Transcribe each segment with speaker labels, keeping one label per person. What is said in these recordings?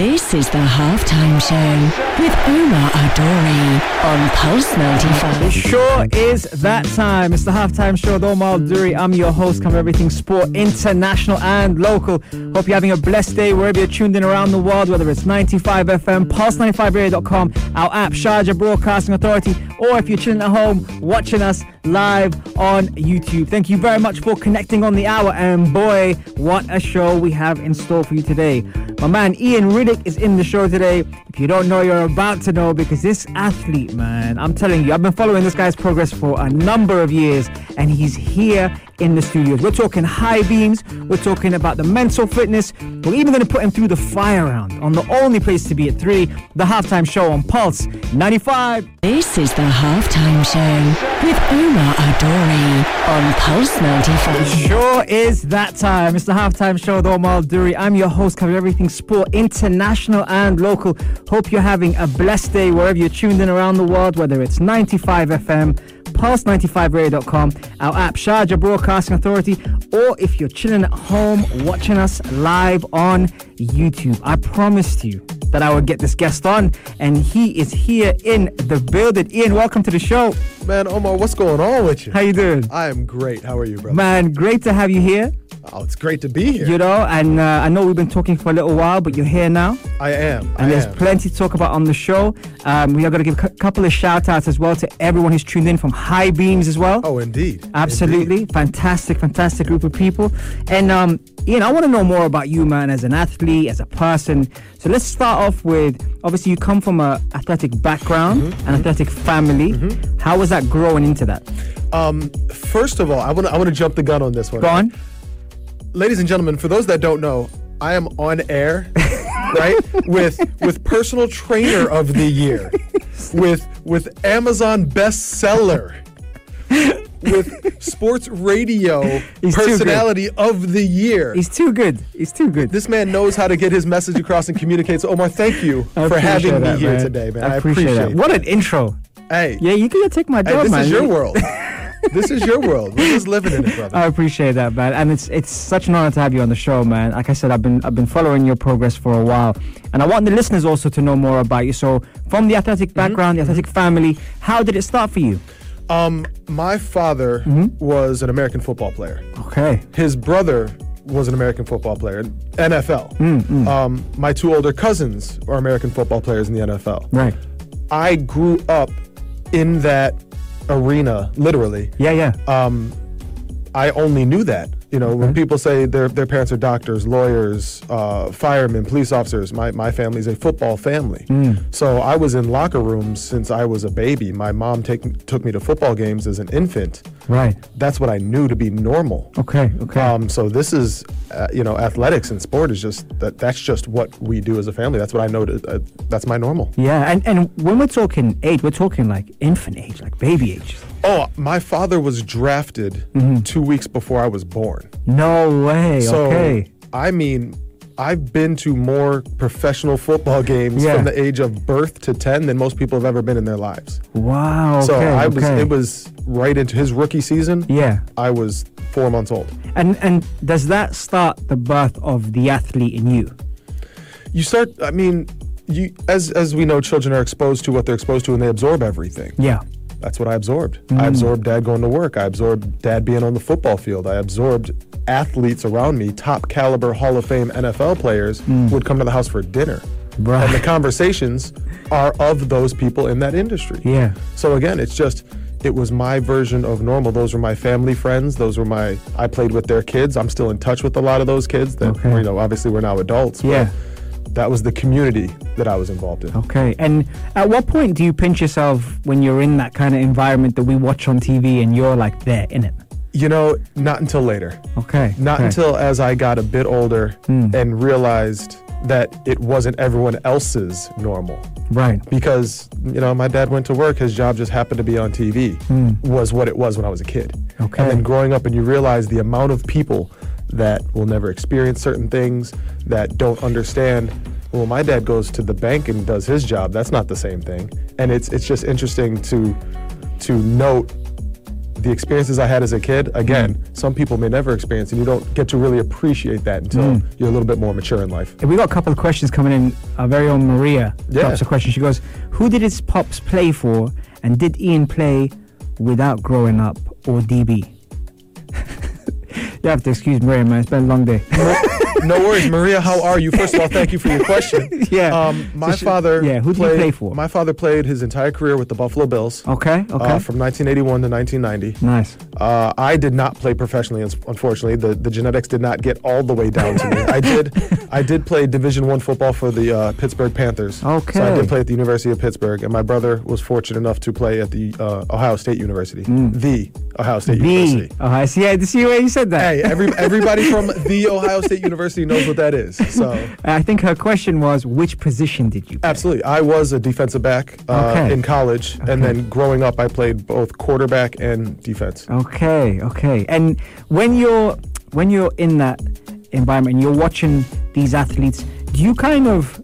Speaker 1: This is the halftime show with Omar Adori on Pulse 95.
Speaker 2: It sure is that time. It's the halftime show with Omar Duri. I'm your host, cover everything sport, international and local. Hope you're having a blessed day wherever you're tuned in around the world, whether it's 95 FM, pulse95radio.com, our app, Sharjah Broadcasting Authority, or if you're chilling at home, watching us live on YouTube. Thank you very much for connecting on the hour, and boy, what a show we have in store for you today. My man Ian Riddick is in the show today. If you don't know, you're about to know because this athlete, man, I'm telling you, I've been following this guy's progress for a number of years, and he's here in the studios. We're talking high beams, we're talking about the mental fitness. We're even going to put him through the fire round on the only place to be at three, the halftime show on Pulse 95.
Speaker 1: This is the halftime show with Omar Adori on Pulse 95.
Speaker 2: Sure is that time. It's the halftime show with Omar Duri. I'm your host, covering everything sport, international and local. Hope you're having a blessed day wherever you're tuned in around the world, whether it's 95 FM, pulse95radio.com, our app, Sharjah Broadcasting Authority, or if you're chilling at home watching us live on YouTube. I promised you that I would get this guest on, and he is here in the building. Ian, welcome to the show.
Speaker 3: Man, Omar, what's going on with you?
Speaker 2: How you doing?
Speaker 3: I am great. How are you, brother?
Speaker 2: Man, great to have you here.
Speaker 3: Oh, it's great to be here.
Speaker 2: You know, and uh, I know we've been talking for a little while, but you're here now,
Speaker 3: I am.
Speaker 2: and
Speaker 3: I
Speaker 2: there's
Speaker 3: am.
Speaker 2: plenty to talk about on the show. Um, we are going to give a cou- couple of shout outs as well to everyone who's tuned in from High Beams as well.
Speaker 3: oh, indeed.
Speaker 2: Absolutely. Fantastic, fantastic group of people. And um, Ian, I want to know more about you, man, as an athlete, as a person. So let's start off with obviously you come from a athletic background,
Speaker 3: Mm-hmm,
Speaker 2: an athletic family. How was that growing into that?
Speaker 3: Indeed. Um, first of all, I want to I want to jump the gun on this one.
Speaker 2: Go on.
Speaker 3: ladies and gentlemen, for those that don't know, I am on air, right? With with personal trainer of the year, with with Amazon bestseller, with sports radio
Speaker 2: He's too good.
Speaker 3: personality of the year.
Speaker 2: He's too good. He's too good.
Speaker 3: this man knows how to get his message across and communicate. So, Omar, thank you
Speaker 2: I
Speaker 3: for
Speaker 2: appreciate
Speaker 3: having me
Speaker 2: that,
Speaker 3: here today, man. I appreciate,
Speaker 2: that. What an intro.
Speaker 3: Hey,
Speaker 2: Yeah, you can take my
Speaker 3: hey
Speaker 2: job,
Speaker 3: this
Speaker 2: man.
Speaker 3: is your
Speaker 2: You-
Speaker 3: world. this is your world. We're just living in it, brother.
Speaker 2: I appreciate that, man, and it's it's such an honor to have you on the show, man. Like I said, I've been I've been following your progress for a while, and I want the listeners also to know more about you. So, from the athletic background, the athletic family, how did it start for you?
Speaker 3: Um, my father
Speaker 2: Mm-hmm.
Speaker 3: was an American football player.
Speaker 2: Okay,
Speaker 3: His brother was an American football player, NFL.
Speaker 2: Mm,
Speaker 3: Um, my two older cousins are American football players in the NFL.
Speaker 2: right,
Speaker 3: I grew up in that arena, literally.
Speaker 2: yeah, yeah,
Speaker 3: Um, I only knew that. You know, when people say their, their parents are doctors, lawyers, uh, firemen, police officers, my, my family's a football family. So I was in locker rooms since I was a baby. My mom take, took me to football games as an infant
Speaker 2: right.
Speaker 3: that's what I knew to be normal.
Speaker 2: Okay, okay.
Speaker 3: Um, so this is, uh, you know, athletics and sport is just that. That's just what we do as a family. That's what I know. To, uh, that's my normal.
Speaker 2: yeah, and, and when we're talking age, we're talking like infant age, like baby age.
Speaker 3: Oh, my father was drafted two weeks before I was born.
Speaker 2: No way.
Speaker 3: So
Speaker 2: okay.
Speaker 3: I mean, I've been to more professional football games
Speaker 2: Yeah.
Speaker 3: from the age of birth to ten than most people have ever been in their lives.
Speaker 2: Wow. Okay.
Speaker 3: so I was.
Speaker 2: okay.
Speaker 3: It was right into his rookie season.
Speaker 2: Yeah.
Speaker 3: I was four months old.
Speaker 2: And and does that start the birth of the athlete in you?
Speaker 3: you start i mean you as as we know children are exposed to what they're exposed to and they absorb everything
Speaker 2: Yeah.
Speaker 3: that's what i absorbed i
Speaker 2: Mm.
Speaker 3: absorbed dad going to work i absorbed dad being on the football field i absorbed athletes around me top caliber hall of fame nfl players would come to the house for dinner
Speaker 2: Mm. Right.
Speaker 3: and the conversations are of those people in that industry
Speaker 2: Yeah.
Speaker 3: so again it's just it was my version of normal. Those were my family friends. Those were my. I played with their kids. I'm still in touch with a lot of those kids. That
Speaker 2: Okay.
Speaker 3: you know, obviously we're now adults. but
Speaker 2: Yeah. Oh.
Speaker 3: that was the community that I was involved in.
Speaker 2: Okay. And at what point do you pinch yourself when you're in that kind of environment that we watch on TV and you're like there in it?
Speaker 3: You know, not until later.
Speaker 2: Okay.
Speaker 3: Not
Speaker 2: okay. Hmm.
Speaker 3: until as I got a bit older and realized that it wasn't everyone else's normal.
Speaker 2: right.
Speaker 3: Because, you know, my dad went to work, his job just happened to be on TV, was what it was when I was a kid.
Speaker 2: Okay.
Speaker 3: And then growing up, and you realize the amount of people that will never experience certain things, that don't understand. Well, my dad goes to the bank and does his job. That's not the same thing. And it's it's just interesting to to note the experiences I had as a kid, again, some people may never experience, and you don't get to really appreciate that until you're a little bit more mature in life.
Speaker 2: We got a couple of questions coming in. Our very own Maria
Speaker 3: Yeah.
Speaker 2: drops a question. She goes, "Who did his pops play for, and did Ian play without growing up or DB?" you have to excuse Maria, man. It's been a long day.
Speaker 3: no worries, Maria. How are you? First of all, thank you for your question.
Speaker 2: Yeah.
Speaker 3: Um, my
Speaker 2: So she-
Speaker 3: father.
Speaker 2: yeah, who did he
Speaker 3: played,
Speaker 2: play for?
Speaker 3: My father played his entire career with the Buffalo Bills.
Speaker 2: okay, okay,
Speaker 3: Uh, from 1981 to 1990.
Speaker 2: nice.
Speaker 3: Uh, I did not play professionally, uns- unfortunately. The the genetics did not get all the way down to me. I did I did play Division One football for the uh, Pittsburgh Panthers. So I
Speaker 2: Okay.
Speaker 3: did play at the University of Pittsburgh, and my brother was fortunate enough to play at the uh, Ohio State University,
Speaker 2: Mm.
Speaker 3: the Ohio State
Speaker 2: B.
Speaker 3: University.
Speaker 2: Oh, I see. I see where you said that.
Speaker 3: Hey, every, everybody from the Ohio State University knows what that is. So
Speaker 2: I think her question was, which position did you? play?
Speaker 3: Absolutely. I was a defensive back uh,
Speaker 2: Okay.
Speaker 3: in college, and then growing up, I played both quarterback and defense.
Speaker 2: Oh. Okay, okay. And when you're when you're in that environment and you're watching these athletes, do you kind of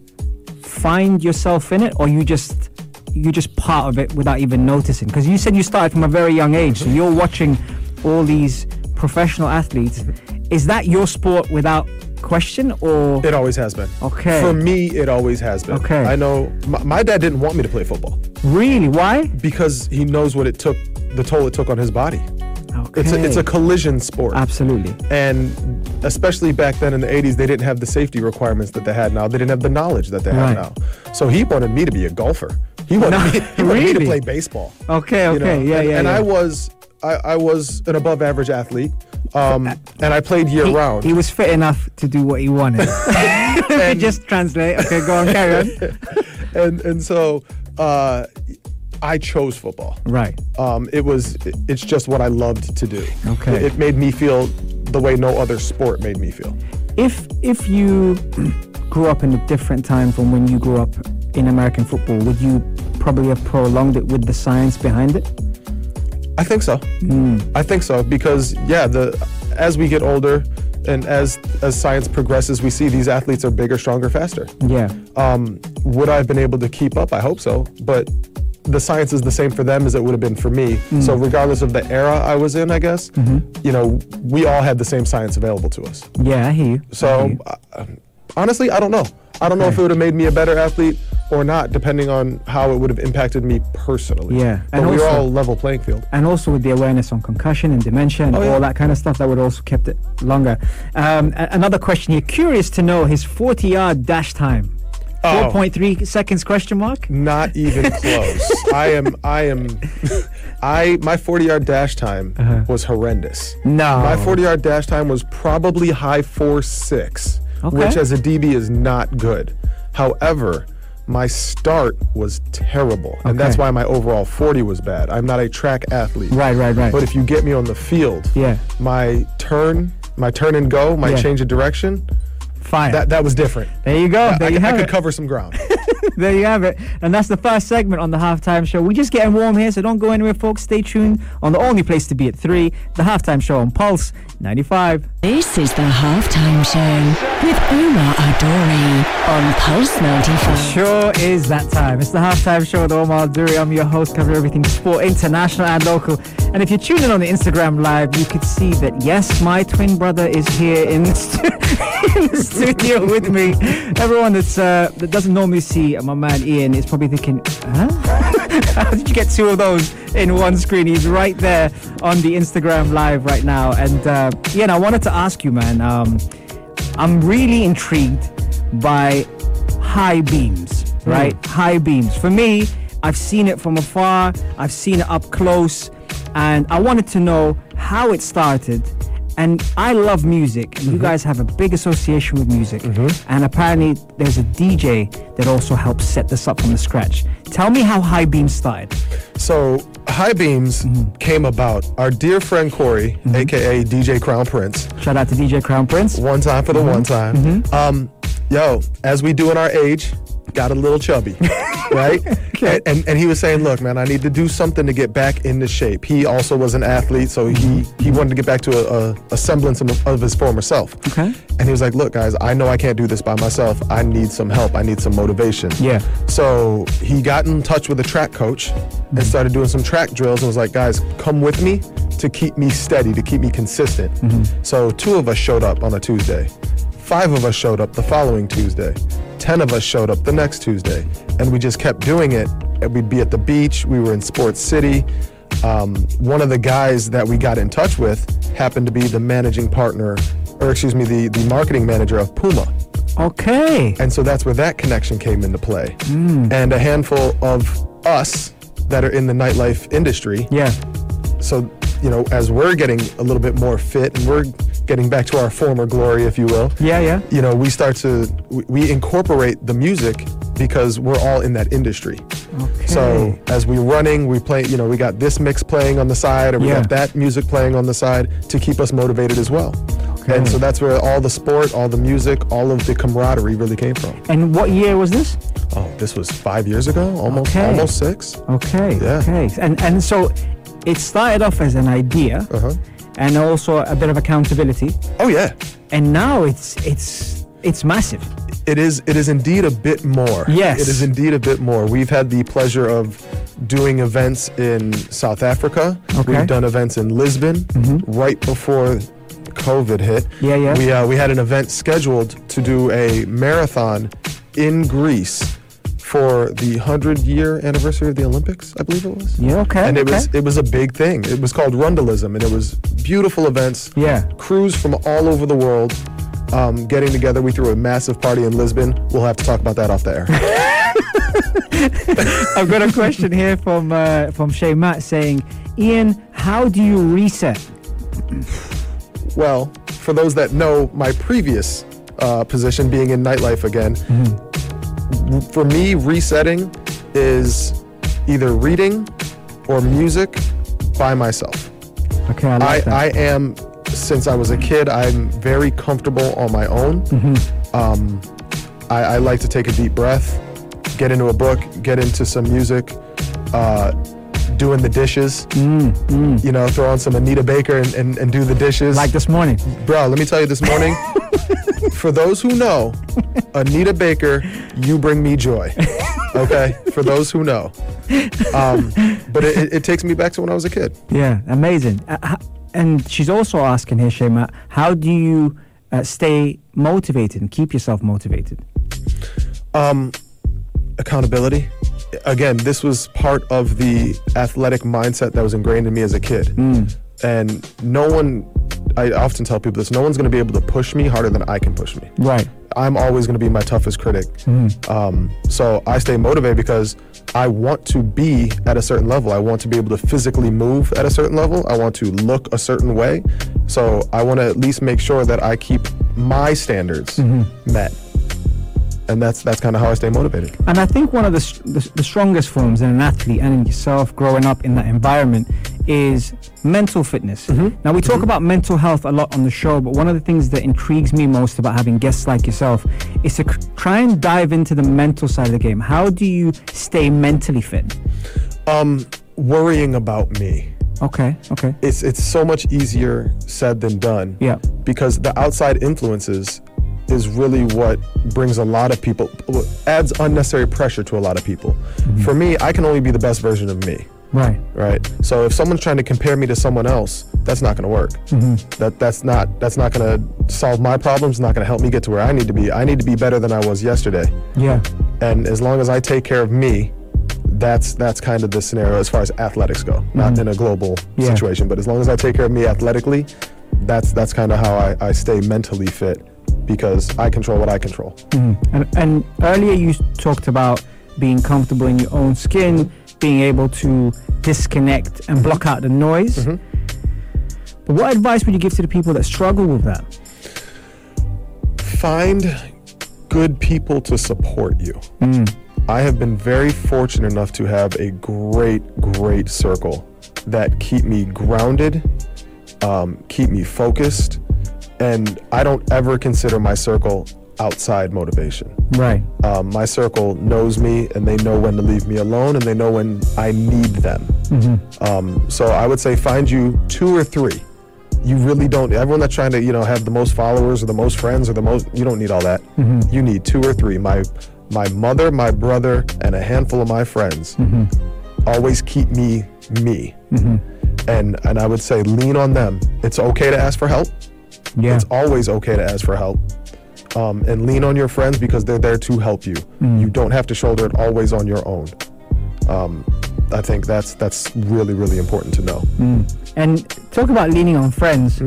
Speaker 2: find yourself in it or you just you're just part of it without even noticing? Because you said you started from a very young age, so you're watching all these professional athletes. Is that your sport without question or
Speaker 3: It always has been.
Speaker 2: Okay.
Speaker 3: For me, it always has been.
Speaker 2: Okay.
Speaker 3: I know my, my dad didn't want me to play football
Speaker 2: really why?
Speaker 3: because he knows what it took, the toll it took on his body.
Speaker 2: Okay.
Speaker 3: It's a, it's a collision sport.
Speaker 2: Absolutely.
Speaker 3: and especially back then in the 80s they didn't have the safety requirements that they had now they didn't have the knowledge that they
Speaker 2: Right.
Speaker 3: have now so he wanted me to be a golfer he wanted,
Speaker 2: No,
Speaker 3: me, he wanted me
Speaker 2: really?
Speaker 3: to play baseball
Speaker 2: Okay,
Speaker 3: you know?
Speaker 2: okay, yeah,
Speaker 3: and,
Speaker 2: yeah,
Speaker 3: and
Speaker 2: yeah.
Speaker 3: i was I, I was an above average athlete um, and i played year
Speaker 2: He-
Speaker 3: round
Speaker 2: He, was fit enough to do what he wanted. just translate. Okay, go on, carry on.
Speaker 3: and and so uh, i chose football
Speaker 2: Right.
Speaker 3: um, it was it- it's just what i loved to do
Speaker 2: Okay.
Speaker 3: it, it made me feel the way no other sport made me feel
Speaker 2: If if you grew up in a different time from when you grew up in American football, would you probably have prolonged it with the science behind it?
Speaker 3: I think so.
Speaker 2: Hmm.
Speaker 3: I think so because yeah, the as we get older and as as science progresses, we see these athletes are bigger, stronger, faster.
Speaker 2: Yeah.
Speaker 3: Um, would I have been able to keep up? I hope so, but the science is the same for them as it would have been for me.
Speaker 2: Mm.
Speaker 3: So regardless of the era I was in, I guess,
Speaker 2: Mm-hmm.
Speaker 3: you know, we all had the same science available to us.
Speaker 2: Yeah, I hear you. I hear
Speaker 3: So
Speaker 2: you.
Speaker 3: uh, honestly, I don't know. I don't know if it would have made me a better athlete or not, depending on how it would have impacted me personally.
Speaker 2: Yeah,
Speaker 3: but
Speaker 2: and
Speaker 3: we were
Speaker 2: also-
Speaker 3: all level playing field.
Speaker 2: and also with the awareness on concussion and dementia and
Speaker 3: Oh, yeah.
Speaker 2: all that kind of stuff, that would also kept it longer. Um, a- another question here: curious to know his 40-yard dash time,
Speaker 3: Oh.
Speaker 2: 4.3 seconds? Question mark.
Speaker 3: Not even close. I am. I am. I my 40 yard dash time
Speaker 2: Uh-huh.
Speaker 3: was horrendous.
Speaker 2: No.
Speaker 3: My 40 yard dash time was probably high four six,
Speaker 2: Okay.
Speaker 3: which as a DB is not good. However, my start was terrible, and that's
Speaker 2: Okay.
Speaker 3: why my overall 40 was bad. I'm not a track athlete.
Speaker 2: Right, right, right.
Speaker 3: But if you get me on the field,
Speaker 2: Yeah.
Speaker 3: my turn, my turn and go, my
Speaker 2: Yeah.
Speaker 3: change of direction,
Speaker 2: Fire.
Speaker 3: that that was different.
Speaker 2: there you go. There
Speaker 3: I,
Speaker 2: you
Speaker 3: I
Speaker 2: have
Speaker 3: could
Speaker 2: it.
Speaker 3: cover some ground.
Speaker 2: There you have it. And that's the first segment on the halftime show. We're just getting warm here, so don't go anywhere, folks. Stay tuned on the only place to be at three, the halftime show on Pulse 95.
Speaker 1: This is the halftime show with Omar Adori on Pulse 95.
Speaker 2: Sure is that time. It's the halftime show with Omar Duri. I'm your host, covering everything sport, international and local. And if you're tuning on the Instagram live, you could see that yes, my twin brother is here in the, stu- in the studio with me. Everyone that's uh, that doesn't normally see my man Ian is probably thinking, huh? How did you get two of those in one screen? He's right there on the Instagram live right now. And uh, Ian, I wanted to ask you, man. Um, I'm really intrigued by high beams, right? High beams. For me, I've seen it from afar, I've seen it up close, and I wanted to know how it started. And I love music, and you guys have a big association with music. And apparently, there's a DJ that also helps set this up from the scratch. Tell me how high beams started.
Speaker 3: So high beams
Speaker 2: Mm-hmm.
Speaker 3: came about. Our dear friend Corey, aka DJ Crown Prince,
Speaker 2: Shout out to DJ Crown Prince.
Speaker 3: one time for the one time. Um, yo, as we do in our age, got a little chubby, right?
Speaker 2: shit.
Speaker 3: And, and, and he was saying, look, man, I need to do something to get back into shape. He also was an athlete, so he, he wanted to get back to a, a, a semblance of, of his former self.
Speaker 2: Okay.
Speaker 3: And he was like, look, guys, I know I can't do this by myself. I need some help. I need some motivation.
Speaker 2: Yeah.
Speaker 3: So he got in touch with a track coach and started doing some track drills and was like, guys, come with me to keep me steady, to keep me consistent. So two of us showed up on a Tuesday. Five of us showed up the following Tuesday. 10 of us showed up the next Tuesday. And we just kept doing it. And we'd be at the beach. We were in Sports City. Um, one of the guys that we got in touch with happened to be the managing partner, or excuse me, the, the marketing manager of Puma.
Speaker 2: okay.
Speaker 3: And so that's where that connection came into play.
Speaker 2: Hmm.
Speaker 3: And a handful of us that are in the nightlife industry
Speaker 2: Yeah.
Speaker 3: so you know as we're getting a little bit more fit and we're getting back to our former glory if you will
Speaker 2: Yeah, yeah.
Speaker 3: you know we start to we- we incorporate the music because we're all in that industry
Speaker 2: Okay.
Speaker 3: so as we're running we play you know we got this mix playing on the side or we
Speaker 2: Yeah.
Speaker 3: got that music playing on the side to keep us motivated as well
Speaker 2: Okay.
Speaker 3: and so that's where all the sport all the music all of the camaraderie really came from
Speaker 2: And what year was this?
Speaker 3: oh this was five years ago almost
Speaker 2: Okay.
Speaker 3: almost six
Speaker 2: Okay.
Speaker 3: Yeah.
Speaker 2: Okay. And and so it started off as an idea
Speaker 3: uh-huh
Speaker 2: and also a bit of accountability.
Speaker 3: oh yeah
Speaker 2: And now it's it's it's massive.
Speaker 3: it is it is indeed a bit more.
Speaker 2: Yes.
Speaker 3: It is indeed a bit more. We've had the pleasure of doing events in South Africa.
Speaker 2: Okay. Mm-hmm.
Speaker 3: We've done events in Lisbon right before COVID hit.
Speaker 2: Yeah, yeah.
Speaker 3: We uh, we had an event scheduled to do a marathon in Greece for the 100 year anniversary of the Olympics, I believe it was.
Speaker 2: Yeah, okay,
Speaker 3: And it
Speaker 2: okay.
Speaker 3: was it was a big thing. It was called Rundalism and it was beautiful events
Speaker 2: Yeah.
Speaker 3: crews from all over the world um, getting together. We threw a massive party in Lisbon. We'll have to talk about that off the air.
Speaker 2: I've got a question here from uh, from Shay Matt saying, Ian, how do you reset?
Speaker 3: well, for those that know my previous uh, position being in nightlife again, for me, resetting is either reading or music by myself.
Speaker 2: Okay, I
Speaker 3: I,
Speaker 2: like that.
Speaker 3: I am, since I was a kid, I'm very comfortable on my own. Um, I, I like to take a deep breath, get into a book, get into some music, uh, doing the dishes, you know, throw on some Anita Baker and, and, and do the dishes.
Speaker 2: like this morning.
Speaker 3: Bro, let me tell you this morning. for those who know, Anita Baker, you bring me joy. Okay? For those who know. Um, but it, it, it takes me back to when I was a kid.
Speaker 2: Yeah, amazing. Uh, h- and she's also asking here, Shema, how do you uh, stay motivated and keep yourself motivated?
Speaker 3: Um, accountability. Again, this was part of the athletic mindset that was ingrained in me as a kid. And no one, I often tell people this, no one's going to be able to push me harder than I can push me.
Speaker 2: Right.
Speaker 3: I'm always going to be my toughest critic. Um, so I stay motivated because I want to be at a certain level. I want to be able to physically move at a certain level. I want to look a certain way. So I want to at least make sure that I keep my standards met. And that's that's kind of how I stay motivated.
Speaker 2: And I think one of the, s- the, s- the strongest forms in an athlete and in yourself growing up in that environment is mental fitness. Now, we talk about mental health a lot on the show, but one of the things that intrigues me most about having guests like yourself is to c- try and dive into the mental side of the game. How do you stay mentally fit?
Speaker 3: um worrying about me
Speaker 2: Okay, okay.
Speaker 3: it's it's so much easier said than done
Speaker 2: Yeah.
Speaker 3: because the outside influences is really what brings a lot of people adds unnecessary pressure to a lot of people for me i can only be the best version of me
Speaker 2: Right.
Speaker 3: right so if someone's trying to compare me to someone else that's not going to work that that's not that's not going to solve my problems not going to help me get to where i need to be i need to be better than i was yesterday
Speaker 2: Yeah.
Speaker 3: and as long as I take care of me, that's that's kind of the scenario as far as athletics go. Not in a global
Speaker 2: Yeah.
Speaker 3: situation, but as long as I take care of me athletically, that's that's kind of how I, I stay mentally fit because I control what I control.
Speaker 2: Mm. And, and earlier you s- talked about being comfortable in your own skin, being able to disconnect and block out the noise. But what advice would you give to the people that struggle with that?
Speaker 3: Find good people to support you. I have been very fortunate enough to have a great, great circle that keep me grounded, um, keep me focused, and I don't ever consider my circle outside motivation.
Speaker 2: Right.
Speaker 3: Um, my circle knows me and they know when to leave me alone and they know when I need them. Um, so I would say find you two or three. You really don't. Everyone that's trying to, you know, have the most followers or the most friends or the most, you don't need all that. You need two or three. My my mother, my brother, and a handful of my friends always keep me me. And and I would say lean on them. It's okay to ask for help
Speaker 2: Yeah.
Speaker 3: it's always okay to ask for help um, and lean on your friends because they're there to help you you don't have to shoulder it always on your own um, i think that's that's really really important to know
Speaker 2: And talk about leaning on friends.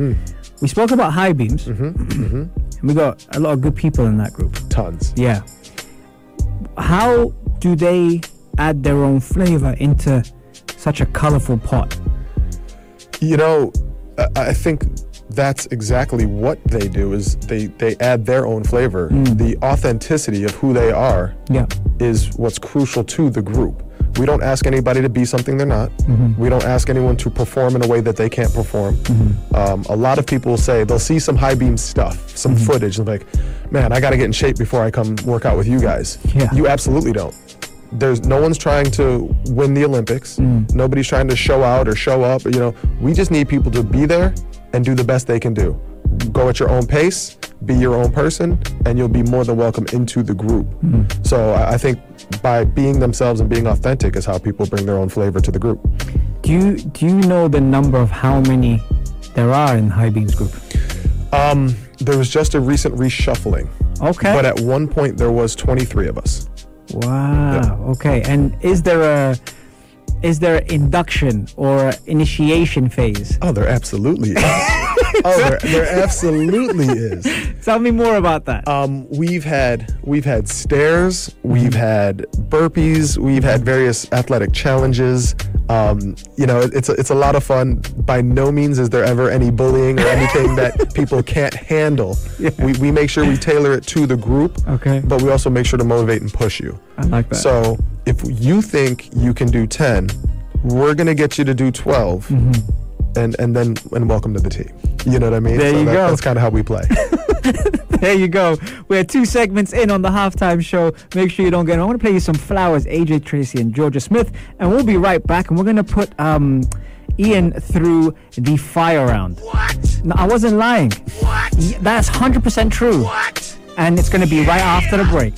Speaker 2: We spoke about high beams, and we got a lot of good people in that group.
Speaker 3: tons
Speaker 2: Mm-hmm. Yeah. How do they add their own flavor into such a colorful pot?
Speaker 3: you know I- i think that's exactly what they do is they they add their own flavor the authenticity of who they are
Speaker 2: Yeah.
Speaker 3: is what's crucial to the group we don't ask anybody to be something they're not we don't ask anyone to perform in a way that they can't perform um, a lot of people say they'll see some high beam stuff some footage and like man i gotta get in shape before i come work out with you guys
Speaker 2: Yeah.
Speaker 3: you absolutely don't there's no one's trying to win the Olympics. Nobody's trying to show out or show up. You know, we just need people to be there and do the best they can do. Go at your own pace, be your own person, and you'll be more than welcome into the group. So I, I think by being themselves and being authentic is how people bring their own flavor to the group.
Speaker 2: Do you do you know the number of how many there are in high beams group?
Speaker 3: Um, there was just a recent reshuffling,
Speaker 2: Okay.
Speaker 3: but uh, at one point there was 23 of us.
Speaker 2: wow. Okay. And is there a is there an induction or a initiation phase?
Speaker 3: Oh, there absolutely is. oh, there, there absolutely is.
Speaker 2: Tell me more about that.
Speaker 3: um, we've had we've had stairs, we've had burpees, we've had various athletic challenges. Um, you know, it- it's a, it's a lot of fun. By no means is there ever any bullying or anything that people can't handle. We, we make sure we tailor it to the group,
Speaker 2: Okay.
Speaker 3: but we also make sure to motivate and push you.
Speaker 2: I like that.
Speaker 3: So if you think you can do ten, we're gonna get you to do 12 And, and then and welcome to the team. You know what I mean?
Speaker 2: Mm-hmm. There you
Speaker 3: that-
Speaker 2: go.
Speaker 3: That's kind of how we play.
Speaker 2: There you go. We're two segments in on the halftime show. Make sure you don't get. I'm going to play you some flowers, AJ Tracy and Georgia Smith, and we'll be right back. And we're going to put um, Ian through the fire round. What? No, I wasn't lying. What? That's 100% true. What? And it's going to be right after the break.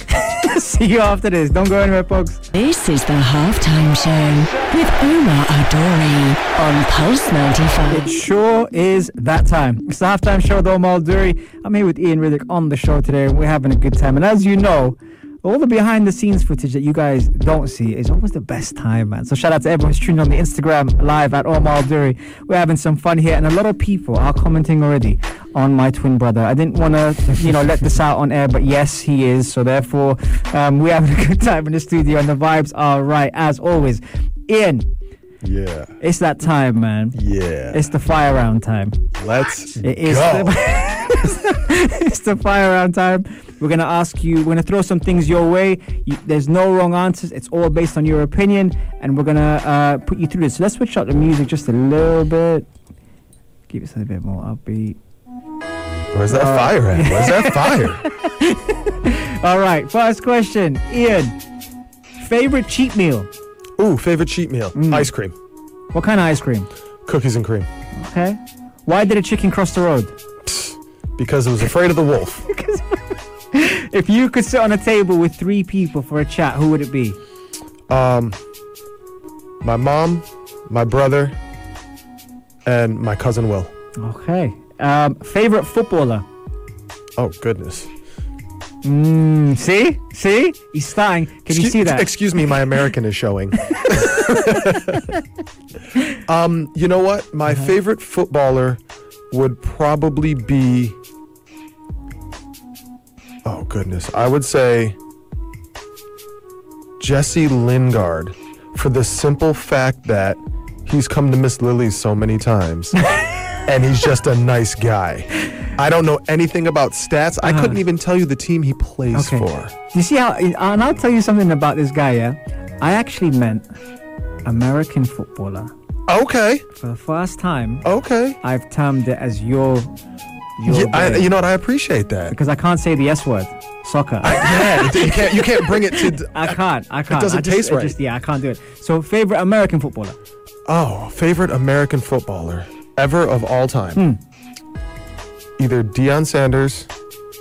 Speaker 2: See you after this. Don't go anywhere, folks.
Speaker 1: This is the halftime show with Omar Adori on Pulse 95.
Speaker 2: Sure is that time. It's the halftime show with Omar Duri. I'm here with Ian Riddick on the show today, and we're having a good time. And as you know, all the behind the scenes footage that you guys don't see is always the best time, man. So shout out to everyone who's tuning on the Instagram live at Omar Duri. We're having some fun here, and a lot of people are commenting already on my twin brother. I didn't want to, you know, let this out on air, but yes, he is. So therefore, um, we're having a good time in the studio, and the vibes are right as always. Ian,
Speaker 3: yeah.
Speaker 2: it's that time, man.
Speaker 3: Yeah.
Speaker 2: It's the fire round time.
Speaker 3: Let's
Speaker 2: It is
Speaker 3: go.
Speaker 2: the, it's the fire round time. We're gonna ask you. We're gonna throw some things your way. You, there's no wrong answers. It's all based on your opinion, and we're gonna uh, put you through this. So let's switch up the music just a little bit. Give us a bit more upbeat.
Speaker 3: Where's that fire at? Where's that fire?
Speaker 2: All right. First question, Ian. Favorite cheat meal?
Speaker 3: Ooh, favorite cheat meal?
Speaker 2: Mm.
Speaker 3: Ice cream,
Speaker 2: What kind of ice cream?
Speaker 3: cookies and cream,
Speaker 2: Okay. Why did a chicken cross the road?
Speaker 3: because it was afraid of the wolf.
Speaker 2: If you could sit on a table with three people for a chat, who would it be?
Speaker 3: My mom, my brother, and my cousin Will.
Speaker 2: Okay. Um, favorite footballer?
Speaker 3: Oh goodness.
Speaker 2: Mm, see? See? He's starting. Can you
Speaker 3: Excuse-
Speaker 2: see that?
Speaker 3: Excuse me, my American is showing. um, you know what? My
Speaker 2: Uh-huh.
Speaker 3: favorite footballer would probably be. Oh goodness, I would say Jesse Lingard for the simple fact that he's come to Miss Lily so many times. And he's just a nice guy. I don't know anything about stats. I couldn't even tell you the team he plays
Speaker 2: Uh-huh. Okay.
Speaker 3: for.
Speaker 2: You see how? And I'll tell you something about this guy, yeah? I actually meant American footballer.
Speaker 3: Okay.
Speaker 2: For the first time,
Speaker 3: Okay.
Speaker 2: I've termed it as your. your
Speaker 3: Yeah, I,
Speaker 2: game.
Speaker 3: you know what? I appreciate that.
Speaker 2: because I can't say the S word. soccer.
Speaker 3: yeah, you can't you can't bring it to.
Speaker 2: I can't. I can't.
Speaker 3: doesn't
Speaker 2: I just,
Speaker 3: taste
Speaker 2: I
Speaker 3: right.
Speaker 2: just- yeah, I can't do it. So, favorite American footballer.
Speaker 3: Oh, favorite American footballer ever of all time.
Speaker 2: Hmm.
Speaker 3: Either Deion Sanders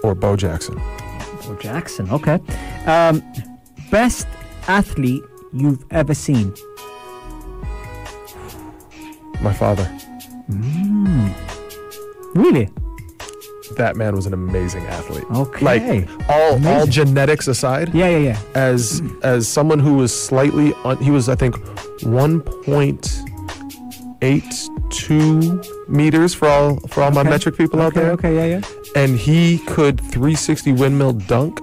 Speaker 3: or Bo Jackson.
Speaker 2: Or Oh, Jackson. Okay. Um, best athlete you've ever seen.
Speaker 3: My father.
Speaker 2: Really?
Speaker 3: That man was an amazing athlete.
Speaker 2: Okay.
Speaker 3: Like all all
Speaker 2: Amazing.
Speaker 3: genetics aside.
Speaker 2: Yeah, Hmm. yeah, yeah.
Speaker 3: As as someone who was slightly un, he was I think 1.82 meters for all for all my
Speaker 2: Okay.
Speaker 3: metric people out
Speaker 2: Okay,
Speaker 3: there.
Speaker 2: okay, yeah, yeah.
Speaker 3: And he could 360 windmill dunk.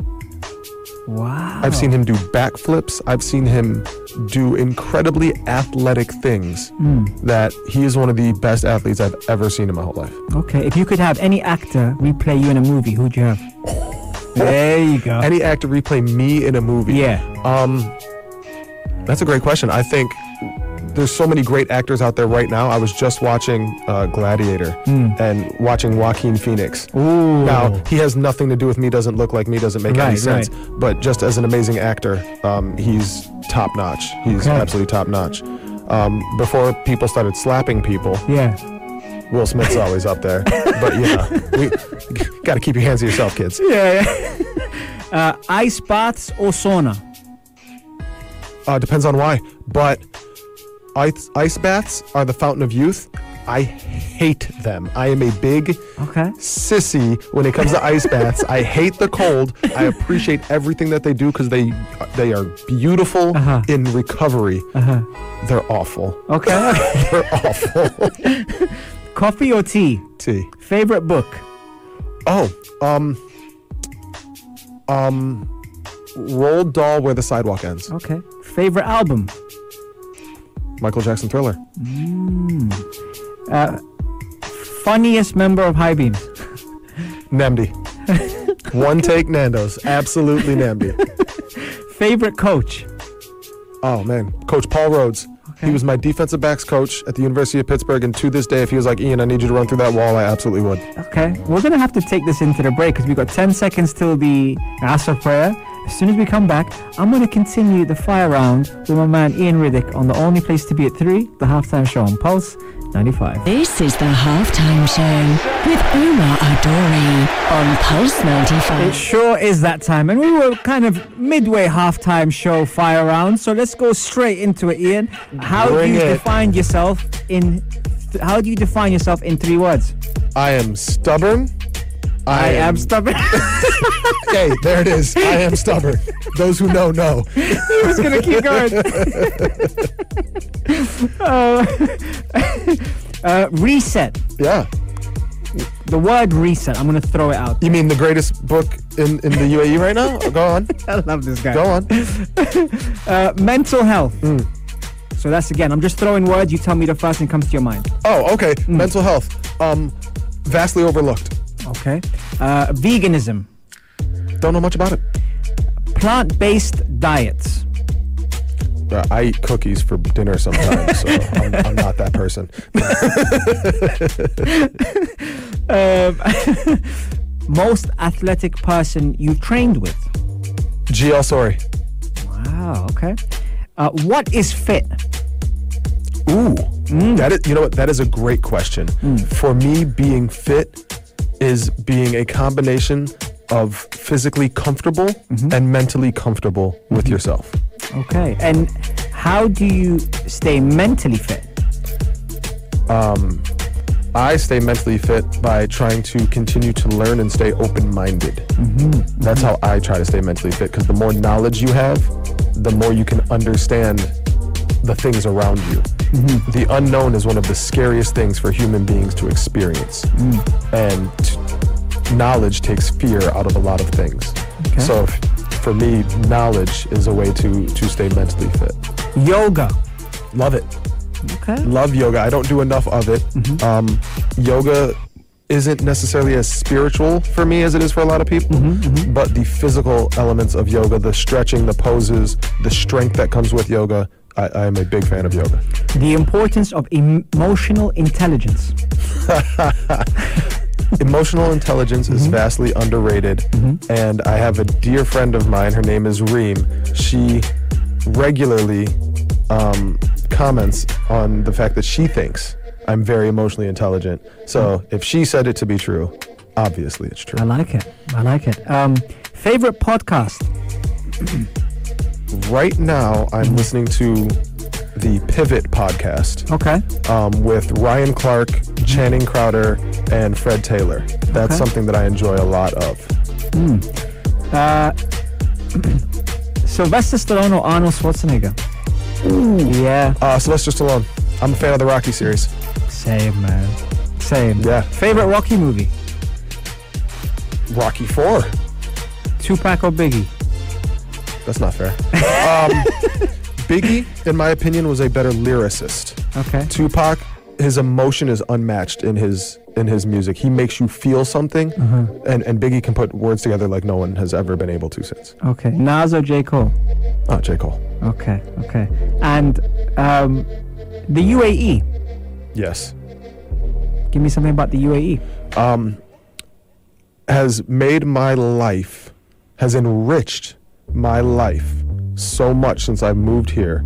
Speaker 2: Wow.
Speaker 3: I've seen him do backflips. I've seen him do incredibly athletic things
Speaker 2: Hmm.
Speaker 3: that he is one of the best athletes I've ever seen in my whole life.
Speaker 2: Okay, if you could have any actor replay you in a movie, who'd you have? There you go.
Speaker 3: Any actor replay me in a movie?
Speaker 2: Yeah.
Speaker 3: Um, that's a great question. I think there's so many great actors out there right now. I was just watching uh, Gladiator and watching Joaquin Phoenix.
Speaker 2: Hmm. Ooh.
Speaker 3: Now he has nothing to do with me. Doesn't look like me. Doesn't make
Speaker 2: Right,
Speaker 3: any sense. But just as an amazing actor, um, he's top notch. He's
Speaker 2: Okay.
Speaker 3: absolutely top notch. Um, before people started slapping people,
Speaker 2: Yeah.
Speaker 3: Will Smith's always up there. But yeah, we got to keep your hands to yourself, kids.
Speaker 2: Yeah, yeah. uh, ice baths or sauna?
Speaker 3: Uh, depends on why. But ice, ice baths are the fountain of youth. I hate them. I am a big
Speaker 2: Okay.
Speaker 3: sissy when it comes to ice baths. I hate the cold. I appreciate everything that they do because they they are beautiful
Speaker 2: Uh-huh.
Speaker 3: in recovery.
Speaker 2: Uh-huh.
Speaker 3: They're awful.
Speaker 2: Okay.
Speaker 3: They're awful.
Speaker 2: Coffee or tea?
Speaker 3: T.
Speaker 2: Favorite book?
Speaker 3: Oh, um, um, Roll Doll Where the Sidewalk Ends.
Speaker 2: Okay. Favorite album?
Speaker 3: Michael Jackson Thriller.
Speaker 2: Uh, funniest member of High Beams?
Speaker 3: Namdi. One take Nando's. Absolutely Namdi.
Speaker 2: Favorite coach?
Speaker 3: Oh man, Coach Paul Rhodes.
Speaker 2: Okay.
Speaker 3: He was my defensive backs coach at the University of Pittsburgh, and to this day, if he was like Ian, I need you to run through that wall, I absolutely would.
Speaker 2: Okay. We're going to have to take this into the break because we've got 10 seconds till the Asr prayer. As soon as we come back, I'm going to continue the fire round with my man Ian Riddick on the only place to be at 3, the halftime show on Pulse 95.
Speaker 1: This is the halftime show with Omar Adori on Pulse
Speaker 2: It
Speaker 1: 95.
Speaker 2: sure is that time, and we were kind of midway halftime show fire round. So let's go straight into it, Ian. How
Speaker 3: Bring
Speaker 2: do you
Speaker 3: it.
Speaker 2: define yourself in? Th- how do you define yourself in three words?
Speaker 3: I am stubborn.
Speaker 2: I am stubborn. I
Speaker 3: Hey, there it is. I am stubborn. Those who know know.
Speaker 2: was gonna keep going. uh, uh, reset.
Speaker 3: Yeah.
Speaker 2: The word reset. I'm gonna throw it out.
Speaker 3: You mean the greatest book in in the UAE right now? Go on.
Speaker 2: I love this guy. Mm.
Speaker 3: Go on.
Speaker 2: Uh, mental health. So that's again. I'm just throwing words. You tell me the first thing comes to your mind.
Speaker 3: Oh, okay.
Speaker 2: Mm.
Speaker 3: Mental health. Um, vastly overlooked.
Speaker 2: Okay. Uh, veganism.
Speaker 3: Don't know much about it.
Speaker 2: plant-based diets.
Speaker 3: Uh, I eat cookies for dinner sometimes, so I'm, I'm not that person.
Speaker 2: Um, most athletic person you trained with.
Speaker 3: GL, sorry.
Speaker 2: Wow. Okay. Uh, what is fit?
Speaker 3: Ooh, that is, you know what? That is a great question. For me, being fit is being a combination of physically comfortable and mentally comfortable with yourself.
Speaker 2: Okay. And how do you stay mentally fit?
Speaker 3: I stay mentally fit by trying to continue to learn and stay open minded. That's how I try to stay mentally fit because the more knowledge you have, the more you can understand the things around you. The unknown is one of the scariest things for human beings to experience. And t- knowledge takes fear out of a lot of things. So, f- for me, knowledge is a way to, to stay mentally fit.
Speaker 2: Yoga.
Speaker 3: Love it
Speaker 2: Okay.
Speaker 3: love yoga. I don't do enough of it. Um, yoga isn't necessarily as spiritual for me as it is for a lot of people, but the physical elements of yoga, the stretching, the poses, the strength that comes with yoga, I, I am a big fan of yoga.
Speaker 2: The importance of em- emotional intelligence.
Speaker 3: emotional intelligence
Speaker 2: Mm-hmm.
Speaker 3: is vastly underrated. And I have a dear friend of mine. Her name is Reem. She regularly um, comments on the fact that she thinks I'm very emotionally intelligent. So
Speaker 2: Mm-hmm.
Speaker 3: if she said it to be true, obviously it's
Speaker 2: I
Speaker 3: true.
Speaker 2: like it. I like it. Um, favorite podcast?
Speaker 3: Right now,
Speaker 2: Mm-hmm.
Speaker 3: I'm listening to the Pivot podcast.
Speaker 2: Okay. Mm-hmm.
Speaker 3: um, with Ryan Clark, Channing Crowder, and Fred Taylor. That's
Speaker 2: Okay.
Speaker 3: something that I enjoy a lot of.
Speaker 2: Uh, Sylvester Stallone or Arnold Schwarzenegger? Yeah.
Speaker 3: Uh, Sylvester Stallone. I'm a fan of the Rocky series.
Speaker 2: Same, man. Same.
Speaker 3: Yeah.
Speaker 2: Favorite Rocky movie?
Speaker 3: Rocky Four.
Speaker 2: Tupac or Biggie?
Speaker 3: That's not fair. Um, Biggie, in my opinion, was a better lyricist.
Speaker 2: Okay.
Speaker 3: Tupac, his emotion is unmatched in his in his music. He makes you feel something, and and Biggie can put words together like no one has ever been able to since.
Speaker 2: Okay. Nas or J. Cole?
Speaker 3: Ah, J Cole.
Speaker 2: Okay. Okay. And um, the UAE.
Speaker 3: Yes.
Speaker 2: Give me something about the E. UAE.
Speaker 3: Um, has made my life, has enriched my life so much since I moved here,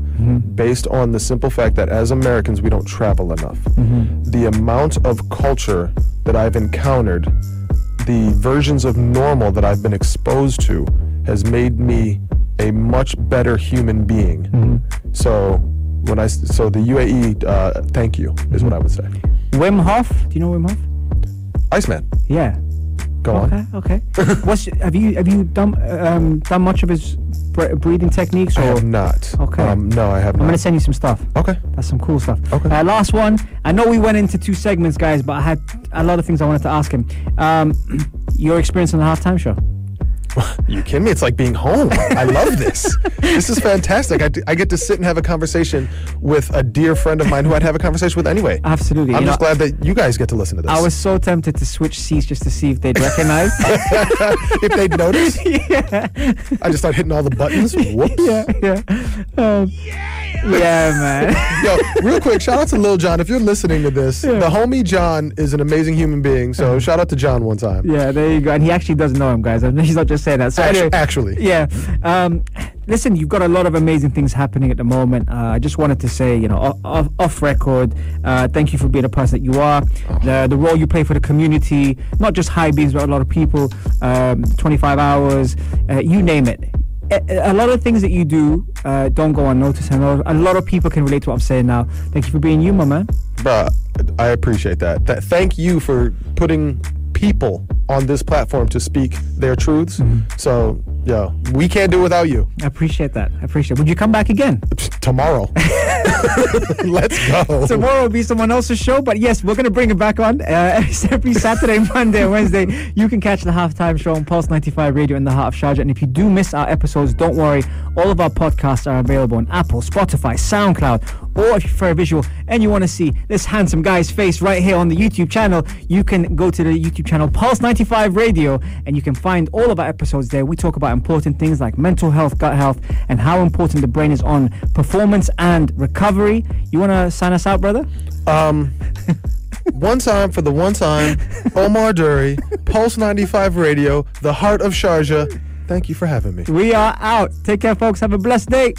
Speaker 3: based on the simple fact that as Americans, we don't travel enough.
Speaker 2: Mm-hmm.
Speaker 3: The amount of culture that I've encountered, the versions of normal that I've been exposed to, has made me a much better human being.
Speaker 2: Mm-hmm.
Speaker 3: So, when I s- so the UAE, uh, thank you is
Speaker 2: Mm-hmm.
Speaker 3: what I would say.
Speaker 2: Wim Hof. Do you know Wim Hof?
Speaker 3: Iceman,
Speaker 2: Yeah.
Speaker 3: go on.
Speaker 2: Okay. Okay. What's have you have you done um, done much of his bre- breathing techniques? Or
Speaker 3: I have not.
Speaker 2: Okay.
Speaker 3: Um, no, I have
Speaker 2: I'm
Speaker 3: not.
Speaker 2: gonna send you some stuff.
Speaker 3: okay.
Speaker 2: That's some cool stuff.
Speaker 3: Okay.
Speaker 2: Uh, last one. I know we went into two segments, guys, but I had a lot of things I wanted to ask him. Um, your experience on the halftime show.
Speaker 3: You kidding me? It's like being home. I love this. This is fantastic. I, d- I get to sit and have a conversation with a dear friend of mine who I'd have a conversation with anyway.
Speaker 2: Absolutely. Uh,
Speaker 3: I'm
Speaker 2: You
Speaker 3: just
Speaker 2: know,
Speaker 3: glad that you guys get to listen to this.
Speaker 2: I was so tempted to switch seats just to see if they'd recognize.
Speaker 3: if they'd notice, I just start hitting all the buttons. Whoops.
Speaker 2: yeah, yeah. Um, yeah, man.
Speaker 3: Yo, real quick, shout out to Lil John. If you're listening to this, the homie John is an amazing human being. So shout out to John one time.
Speaker 2: Uh-huh. Yeah, there you go. And he actually does know him, guys. I mean, he's not just saying that. So
Speaker 3: Actu-
Speaker 2: anyway,
Speaker 3: actually.
Speaker 2: yeah. Um, listen, you've got a lot of amazing things happening at the moment. Uh, I just wanted to say, you know, off, off, off record, uh, thank you for being the person that you are. The, the role you play for the community, not just high beams, but a lot of people. Um, 25 hours, uh, you name it. A a lot of things that you do uh, don't go unnoticed, and a lot, of, a lot of people can relate to what I'm saying now. Thank you for being you, my man.
Speaker 3: Bruh, I appreciate that. Th- thank you for putting people on this platform to speak their truths.
Speaker 2: Mm-hmm.
Speaker 3: So, yeah, we can't do it without you.
Speaker 2: I appreciate that. I appreciate it. Would you come back again?
Speaker 3: Psh, tomorrow. Let's go.
Speaker 2: Tomorrow will be someone else's show, but yes, we're going to bring it back on uh, every Saturday, Monday, and Wednesday. You can catch the halftime show on Pulse 95 Radio in the heart of Sharjah. And if you do miss our episodes, don't worry. All of our podcasts are available on Apple, Spotify, SoundCloud, or if you prefer visual and you want to see this handsome guy's face right here on the YouTube channel, you can go to the YouTube channel Pulse 95 Radio and you can find all of our episodes there. We talk about important things like mental health, gut health, and how important the brain is on performance and recovery. You want to sign us out, brother?
Speaker 3: Um, one time for the one time, Omar Dury, Pulse 95 Radio, the heart of Sharjah. Thank you for having me.
Speaker 2: We are out. Take care, folks. Have a blessed day.